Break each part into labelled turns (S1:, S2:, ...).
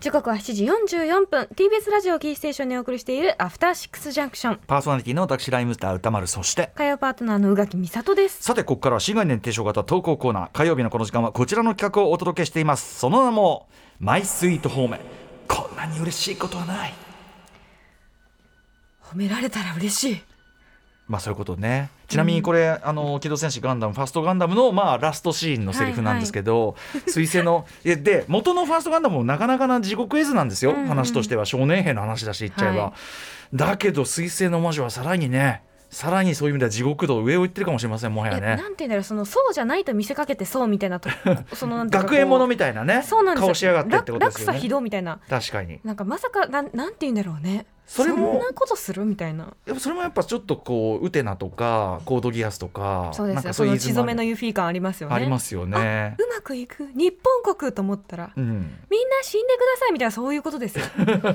S1: 時刻は7時44分 TBS ラジオキーステーションにお送りしているアフターシックスジャンクション
S2: パーソナリティの私ライムスター歌丸そして
S1: 火曜パートナーの宇垣美里です
S2: さてここからは新概念提唱型投稿コーナー火曜日のこの時間はこちらの企画をお届けしていますその名もマイスイートホームこんなに嬉しいことはない
S1: 褒められたら嬉しい
S2: まあそういうことねちなみにこれ、あの機動戦士ガンダムファーストガンダムの、まあ、ラストシーンのセリフなんですけど、彗星 のえで元のファーストガンダムもなかなかな地獄絵図なんですよ、
S1: うんうん
S2: 話としては少年兵の話だし言っちゃえば、
S1: はい
S2: だけど彗星の魔女はさらにねさらにそういう意味では地獄度上を行ってるかもしれませんもはや
S1: え
S2: ね
S1: なんて言うんだろうそのそうじゃないと見せかけてそうみたい なとそのなんていうかこ
S2: 学
S1: う
S2: 園ものみたいなね
S1: そうなんですよ
S2: 顔しやがってってことですよ
S1: ら落差ひ
S2: ね
S1: どみたいな
S2: 確かに
S1: なんかまさかなんなんて言うんだろうね
S2: それも
S1: んなことするみたいな
S2: でもそれもやっぱちょっとこうウテナとかコードギアスとか
S1: そうです
S2: なん
S1: よ
S2: か
S1: そ
S2: そういう
S1: の
S2: イズ
S1: 血
S2: ムあ
S1: 染
S2: る
S1: めのユフィ感ありますよね
S2: ありますよね
S1: うまくいく日本国と思ったら
S2: うん
S1: みんな死んでくださいみたいなそういうこと ですよ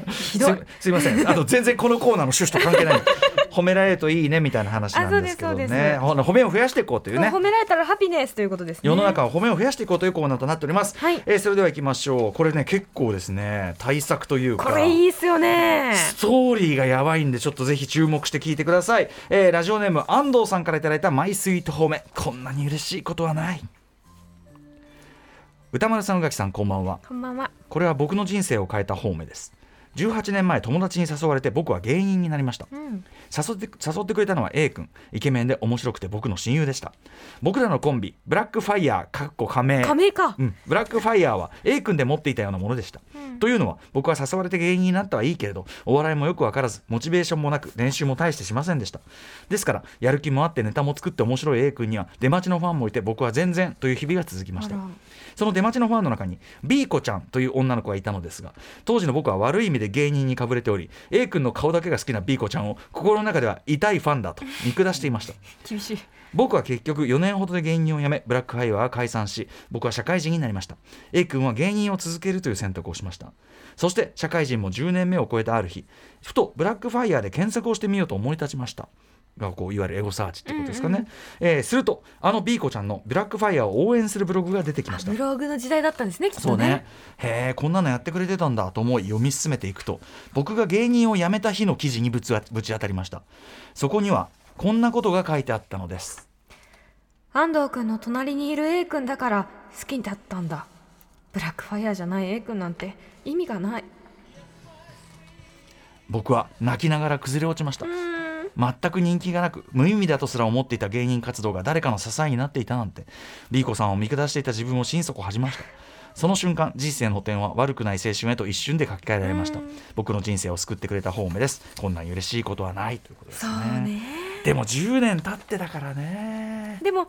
S1: ひどい
S2: すすいませんあの全然このコーナーの趣旨と関係ない褒められるといいねみたいな話なんですけど
S1: あそうですそうで
S2: ね
S1: す
S2: ほな褒めを増やしていこうというね
S1: 褒められたらハピネスということですね
S2: 世の中を褒めを増やしていこうというコーナーとなっております、
S1: はい
S2: えーそれでは行きましょうこれね結構ですね対策というか
S1: これいいっすよね
S2: ストーリーがやばいんでちょっとぜひ注目して聞いてください、えーラジオネーム安藤さんからいただいたマイスイート褒めこんなに嬉しいことはない歌丸さん宇垣さんこんばんは
S1: こんばんは
S2: これは僕の人生を変えた褒めです18年前友達に誘われて僕は芸人になりました
S1: うん
S2: 誘って誘ってくれたのは A 君イケメンで面白くて僕の親友でした僕らのコンビブラックファイヤーかっこ仮名
S1: 仮名か
S2: うん、ブラックファイヤーは A 君で持っていたようなものでした、というのは僕は誘われて芸人になったはいいけれどお笑いもよく分からずモチベーションもなく練習も大してしませんでしたですからやる気もあってネタも作って面白い A 君には出待ちのファンもいて僕は全然という日々が続きました
S1: あら
S2: その出待ちのファンの中に B 子ちゃんという女の子がいたのですが当時の僕は悪い意味で芸人にかぶれており A 君の顔だけが好きな B 子ちゃんを心の中では痛いファンだと見下していました
S1: 厳しい
S2: 僕は結局4年ほどで芸人を辞めブラックハイワーは解散し僕は社会人になりました A 君は芸人を続けるという選択をしましたそして社会人も10年目を超えたある日ふとブラックファイヤーで検索をしてみようと思い立ちましたがこういわゆるエゴサーチってことですかね、えーするとあの B 子ちゃんのブラックファイヤーを応援するブログが出てきま
S1: あ
S2: した
S1: ブログの時代だったんですねきっ
S2: そ
S1: と
S2: うね
S1: ね、
S2: へえこんなのやってくれてたんだと思い読み進めていくと僕が芸人を辞めた日の記事にぶつあぶち当たりましたそこにはこんなことが書いてあったのです
S1: 安藤君の隣にいる A 君だから好きだったんだブラックファイヤーじゃない A 君なんて意味がない
S2: 僕は泣きながら崩れ落ちました
S1: うーん
S2: 全く人気がなく無意味だとすら思っていた芸人活動が誰かの支えになっていたなんてリーコさんを見下していた自分を心底恥じましたその瞬間人生の補填は悪くない青春へと一瞬で書き換えられました僕の人生を救ってくれた方目ですこんなに嬉しいことはないということです
S1: そうね
S2: でも10年経ってだからね
S1: でも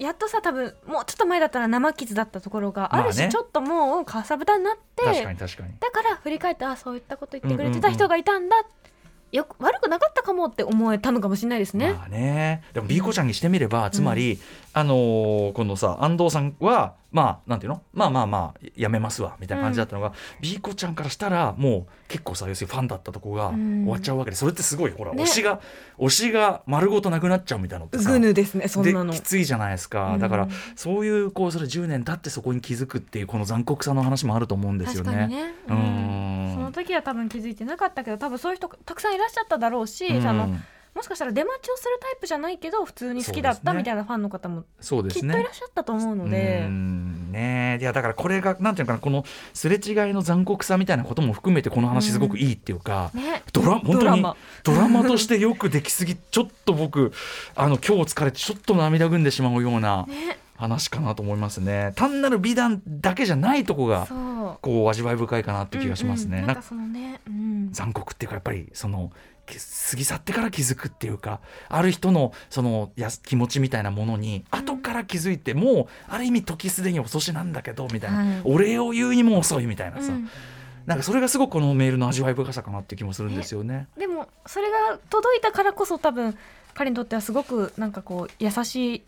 S1: やっとさ多分もうちょっと前だったら生傷だったところがあるし、
S2: まあね
S1: ちょっともうかさぶたになって
S2: 確かに確かに
S1: だから振り返ってあそういったこと言ってくれてた人がいたんだ、よく悪くなかったかもって思えたのかもしれないですね。
S2: まあね、でも B 子ちゃんにしてみれば、つまり、あのーこのさ安藤さんはまあなんていうのまあまあまあやめますわみたいな感じだったのが、B 子ちゃんからしたらもう結構さ要するにファンだったとこが
S1: うん
S2: 終わっちゃうわけで、それってすごいほら、
S1: ね
S2: 推しが推しが丸ごとなくなっちゃうみたいなのってさ。
S1: ぬですねそ
S2: できついじゃないですか、
S1: うん
S2: だからそういうこうそれ10年経ってそこに気づくっていうこの残酷さの話もあると思うんですよ
S1: 確
S2: ね。
S1: かにね、
S2: う
S1: うんんその時は多分気づいてなかったけど多分そういう人たくさんいらっしゃっただろうし、
S2: うん
S1: あのもしかしたら出待ちをするタイプじゃないけど普通に好きだっ
S2: そうです
S1: た
S2: ね
S1: みたいなファンの方も
S2: そうで
S1: きっ
S2: す
S1: とい
S2: ね
S1: らっしゃったと思うの
S2: う
S1: で
S2: んねいやだからこれがなんていうのかなこのすれ違いの残酷さみたいなことも含めてこの話すごくいいっていうか、
S1: ね
S2: ドラ本
S1: ド
S2: 当
S1: ラ
S2: に
S1: マ
S2: ドラマとしてよくできすぎちょっと僕あの今日疲れてちょっと涙ぐんでしまうような
S1: ね
S2: 話かなと思いますね単なる美談だけじゃないとこが
S1: そう
S2: こう味わい深いかなって気がしますね、
S1: うんうんなん
S2: な
S1: ん
S2: か
S1: かそのね、うん、
S2: 残酷っていうかやっぱりそのき過ぎ去ってから気づくっていうかある人のそのや気持ちみたいなものに後から気づいて、もうある意味時すでに遅しなんだけどみたいな、
S1: はい
S2: お礼を言うにも遅いみたいなさ、
S1: うん
S2: なんかそれがすごくこのメールの味わい深さかなって気もするんですよね。
S1: でもそれが届いたからこそ多分彼にとってはすごくなんかこう優しい、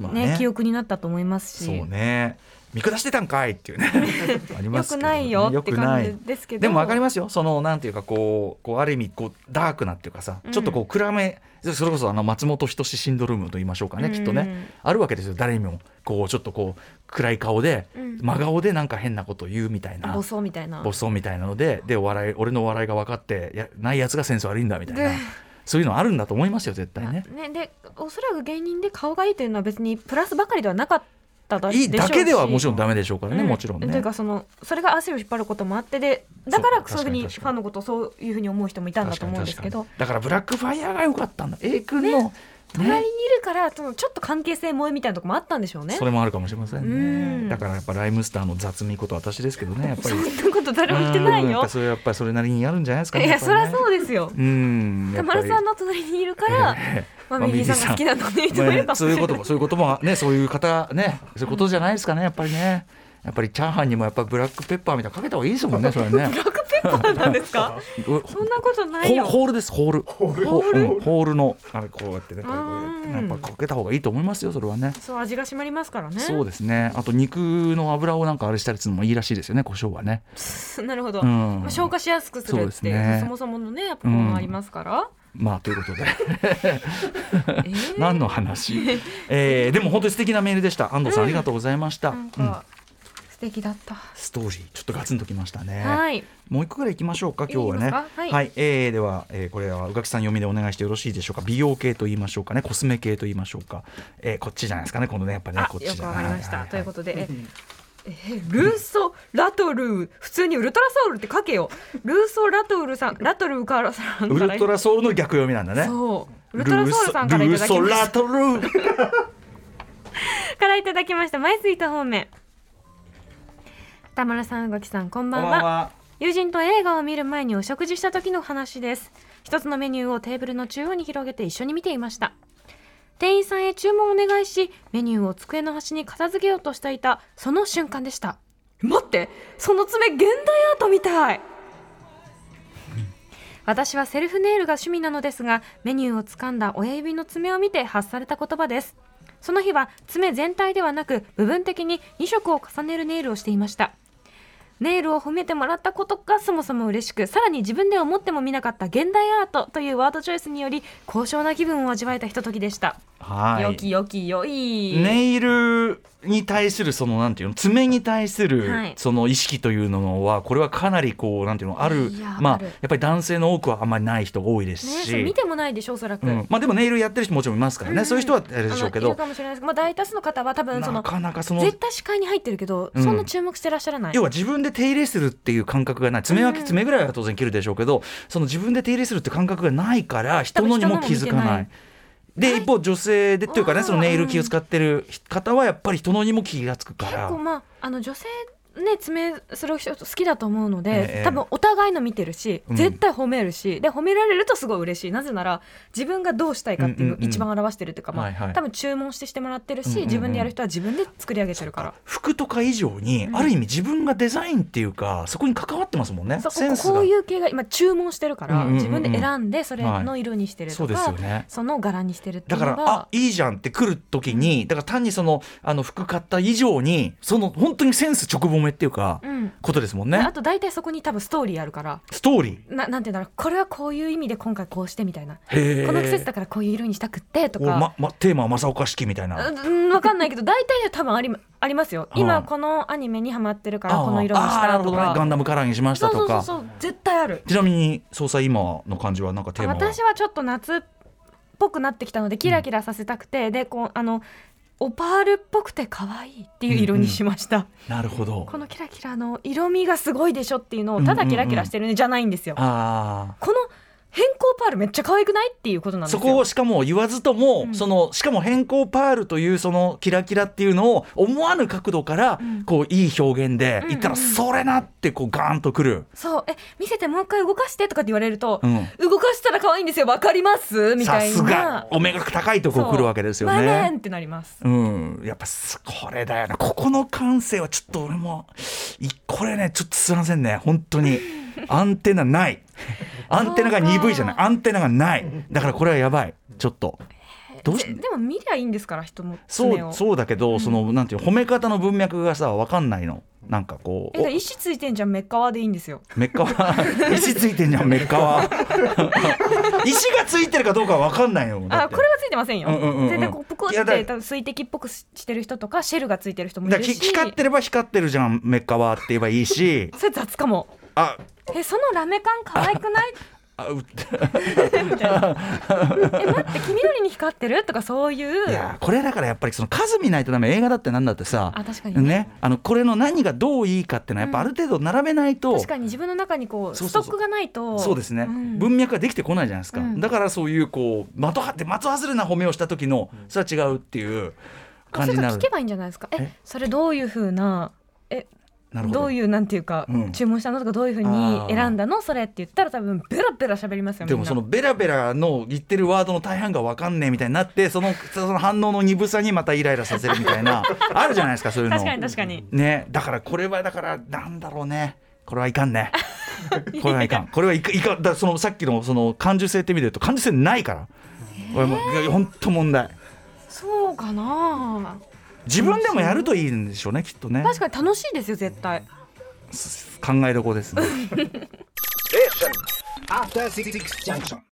S1: ね
S2: まあ
S1: 記憶になったと思いますし
S2: そうね見下してたんか いっていうねあり
S1: よ
S2: ます
S1: く
S2: けど
S1: ないよ
S2: よ
S1: って
S2: くない
S1: 感じですけど
S2: でも分かりますよそのなんていうかこうこうある意味こうダークなっていうかさ、
S1: うん
S2: ちょっとこう暗めそれこそあの松本人志シンドロームと言いましょうか
S1: う
S2: ね、
S1: ん
S2: きっとねあるわけですよ誰にもこうちょっとこう暗い顔で、
S1: うん
S2: 真顔でなんか変なこと言うみたいな
S1: ボ。ソみたいな
S2: ボソみたいなのででお笑い俺のお笑いが分かってやないやつがセンス悪いんだみたいな
S1: で
S2: そういうのあるんだと思いますよ絶対ね。
S1: ねでおそらく芸人で顔がいいというのは別にプラスばかりではなかっただ
S2: いいだけではもち
S1: ろ
S2: ろんダメでしょうからね、もちろん
S1: という
S2: ね。
S1: かそのそれが汗を引っ張ることもあってでだからそういうふうに
S2: 確かに確かに
S1: ファンのことをそういうふうに思う人もいたんだと思うんですけど
S2: 確かに確かにだからブラックファイヤーが良かったんだ A 君の、ね
S1: 隣にいるからそのちょっと関係性萌えみたいなとこもあったんでしょうね
S2: それもあるかもしれません
S1: う
S2: ね
S1: ん
S2: だからやっぱライムスターの雑味こと私ですけどねやっぱり
S1: そんなこと誰も言ってない
S2: うんやっ
S1: よ
S2: ぱそれやっぱりそれなりにやるんじゃないですか
S1: い
S2: ね
S1: や
S2: っぱ
S1: そり
S2: ね
S1: ゃそうですよ
S2: うん
S1: 田丸さんの隣にいるから、
S2: え
S1: まあ、右さんが好きなので認めるかもし
S2: そう
S1: れ
S2: い
S1: な
S2: う
S1: い
S2: こともそういうこともねそういう方ねそういうことじゃないですかねやっぱりねやっぱりチャーハンにもやっぱブラックペッパーみたいなのかけた方がいいですもんねそれ ね
S1: ブラックペッパーなんですか
S2: う
S1: そんなことない
S2: ホ
S1: よ
S2: ホールですホールホ
S1: ホール
S2: うんホールのあれこうやってねこうやってね
S1: う
S2: やっ
S1: ん
S2: ぱかけた方がいいと思いますよそれはね
S1: そう味が締まりますからね
S2: そうですねあと肉の油をなんかあれしたりするのもいいらしいですよね胡椒はね
S1: なるほど、
S2: うん
S1: まあ、消化しやすくする
S2: そう
S1: っ
S2: です
S1: て
S2: ね
S1: そもそものねやっぱこういうのありますから、
S2: まあというこ とで
S1: え ー
S2: 何の話、えーでも本当に素敵なメールでした安藤さん、
S1: うん
S2: ありがとうございました、
S1: なん
S2: うん
S1: か素敵だった、
S2: ストーリーちょっとガツンときましたね、
S1: はい
S2: もう一個ぐらい行きましょうか今日はね
S1: いいですかはい
S2: えーでは、えーこれは宇垣さん読みでお願いしてよろしいでしょうか美容系と言いましょうかねコスメ系と言いましょうか、えーこっちじゃないですかね今度ねやっぱね
S1: あ
S2: こっち
S1: よ
S2: じ
S1: く
S2: ゃ
S1: わ
S2: な
S1: か
S2: い
S1: りました、
S2: はいはい
S1: ということでええルーソラトルー普通にウルトラソウルって書けよルーソラトルさんラトルからさん
S2: ウ
S1: から
S2: ルトラソウルの逆読みなんだね
S1: そうウルトラソウルさんからいただきま
S2: ルーソ
S1: し
S2: ラトルー
S1: たからいただきましたマイスイート方面田丸さんうごきさんこんばんは友人と映画を見る前にお食事した時の話です一つのメニューをテーブルの中央に広げて一緒に見ていました店員さんへ注文をお願いしメニューを机の端に片付けようとしていたその瞬間でした待ってその爪現代アートみたい私はセルフネイルが趣味なのですがメニューを掴んだ親指の爪を見て発された言葉ですその日は爪全体ではなく部分的に2色を重ねるネイルをしていましたネイルを褒めてもらったことがそもそも嬉しくさらに自分で思っても見なかった現代アートというワードチョイスにより高尚な気分を味わえたひとときでした、
S2: はい
S1: よきよきよい、
S2: ネイルに対するそのなんていうの爪に対す
S1: は
S2: る
S1: い
S2: その意識というのはこれはかなりこうなんていうのある
S1: いや
S2: まあ
S1: ある
S2: やっぱり男性の多くはあんまりない人が多いです
S1: ね、
S2: し、
S1: そう見てもないでしょおそらく、
S2: うん、まあでもネイルやってる人もちろんいますからね、
S1: うんうん
S2: そういう人はあれでしょうけ
S1: あのい
S2: ど
S1: るかもしれないですけど、まあ、大多数の方は多分そ
S2: な
S1: の
S2: かなかその
S1: 絶対視界に入ってるけど、
S2: うん
S1: そんな注目してらっしゃらない
S2: 要は自分で手入れするっていう感覚がない爪は
S1: うん
S2: 爪ぐらいは当然切るでしょうけど、その自分で手入れするって感覚がないから人
S1: 分
S2: のにも
S1: 人のも
S2: 気
S1: 見
S2: づ
S1: て
S2: かない。
S1: ない
S2: で一方女性でっていうかね
S1: あー
S2: そのネイル気を使ってる方はやっぱり人のにも気がつくか
S1: 結
S2: ら
S1: 構まああの女性ね爪する人好きだと思うので、
S2: ええ
S1: 多分お互いの見てるし、
S2: うん
S1: 絶対褒めるしで褒められるとすごい嬉しいなぜなら自分がどうしたいかっていうの
S2: う
S1: を
S2: んうんうん
S1: 一番表してるっていうか、まあ
S2: はいはい
S1: 多分注文してしてもらってるし、
S2: うんうんうん
S1: 自分でやる人は自分で作り上げてるから。
S2: 服とか以上に、
S1: うん
S2: ある意味自分がデザインっていうかそこに関わってますもんね
S1: そう
S2: センス
S1: こ
S2: が
S1: ういう系が今注文してるから、
S2: うんうんうんうん
S1: 自分で選んでそれの色にしてる
S2: そ
S1: と
S2: う
S1: か、
S2: です
S1: そ
S2: よね
S1: の柄にしてるってい
S2: だ
S1: う
S2: から
S1: の
S2: あ
S1: が
S2: いいじゃんって来る時にだから単にそのあの服買った以上にその本当にセンス直褒めっていうか、
S1: うん
S2: ことですもん
S1: で
S2: ね
S1: あと大体そこに多分ストーリーあるから
S2: ストーリー
S1: ななんていうんだろうこれはこういう意味で今回こうしてみたいな、
S2: へー
S1: この季節だからこういう色にしたくってと
S2: お
S1: か、
S2: まま、テーマは正岡式みたいな。
S1: うん、わかんないけど大体ね多分ありありますよ
S2: はい
S1: 今このアニメにハマってるから
S2: あー
S1: この色にし
S2: あーな
S1: た
S2: る
S1: と
S2: ほどね。ガ
S1: か
S2: ンダムカラーにしました
S1: そうそ
S2: と
S1: うそうそ
S2: か。
S1: う絶対ある
S2: ちなみに総裁今の感じはなんかテーマは。
S1: 私はちょっと夏っぽくなってきたのでキラキラさせたくて、でこうあのオパールっぽくて可愛いっていう色にしました、
S2: なるほど
S1: こ。のキラキラの色味がすごいでしょっていうのをただキラキラしてるねじゃないんですよ、
S2: あ
S1: この変更パールめっちゃ可愛くないっていうことな
S2: あ。
S1: んです
S2: そ
S1: よ
S2: こをしかも言わずとも、
S1: うん
S2: そのしかも変更パールというそのキラキラっていうのを思わぬ角度から、
S1: うん
S2: こういい表現で
S1: うんうん
S2: 言ったら、それなってこうガーンとくる、
S1: そうえ見せてもう一回動かしてとかって言われると、
S2: うん、
S1: 動かしたら可愛いんですよわかりますみ
S2: さ
S1: たいな
S2: すがお目が高いとこ
S1: そう
S2: 来るわけですよ
S1: マ
S2: ね。
S1: ネーンってなります
S2: うん、やっぱすこれだよなここの感性はちょっと俺もいこれねちょっとすいませんね本 当にアンテナないアンテナが鈍いじゃない
S1: そう
S2: アンテナがないだからこれはやばいちょっとどうし
S1: ぜでも見りゃいいんですから人も爪
S2: そ
S1: を
S2: うそうだけど、
S1: うん
S2: そのなんていう褒め方の文脈がさ分かんないのなんかこう
S1: えだから石ついてんじゃんメッカワでいいんですよ
S2: メッカは 石ついてんじゃんメッ カは石がついてるかどうかは分かんないよだ
S1: あ
S2: って
S1: これはついてませんよ、
S2: うんうんうんうん
S1: 全然こうプクっ
S2: いやだ
S1: て多分水滴っぽくしてる人とかシェルがついてる人もい
S2: だ
S1: る
S2: からき
S1: し
S2: 光ってれば光ってるじゃんメッカはって言えばいいし
S1: それ雑かも
S2: あ
S1: えそのラメ感可愛くない
S2: あう
S1: みたい なえ待って黄緑に光ってるとかそういう
S2: いやこれだからやっぱりその数見ないとダメ映画だってなんだってさ
S1: あ確かにね
S2: ねあのこれの何がどういいかってのはやっぱある程度並べないと、
S1: 確かに自分の中にこう
S2: そう
S1: スト
S2: そうそう
S1: ックがないと
S2: そうですね、
S1: ん
S2: 文脈ができてこないじゃないですか、
S1: うん
S2: だからそういうこう的はって的外れな褒めをした時のそれは違うっていう感じにな
S1: そ
S2: る
S1: うか聞けばいいんじゃないですかえ
S2: え
S1: それどういうふうな
S2: なるほど
S1: どういうなんていうか、
S2: うん
S1: 注文したのとかどういうふうに選んだのそれって言ったら多分ベラベラ喋りますよ
S2: でもその
S1: みん
S2: ベラベラの言ってるワードの大半が分かんねえみたいになってそのその反応の鈍さにまたイライラさせるみたい なあるじゃないですかそういう
S1: な
S2: の
S1: 確かに確かに
S2: ねだからこれはだからなんだろうねこれはいかんねこれはいかんこれはいかいかだそのさっきのその感受性って意味で言うと感受性ないからこれもう本当問題
S1: そうかな
S2: 自分でもやるといいんでしょうねきっとね
S1: 確かに楽しいですよ絶対
S2: 考えどころですね
S3: After Six Junction.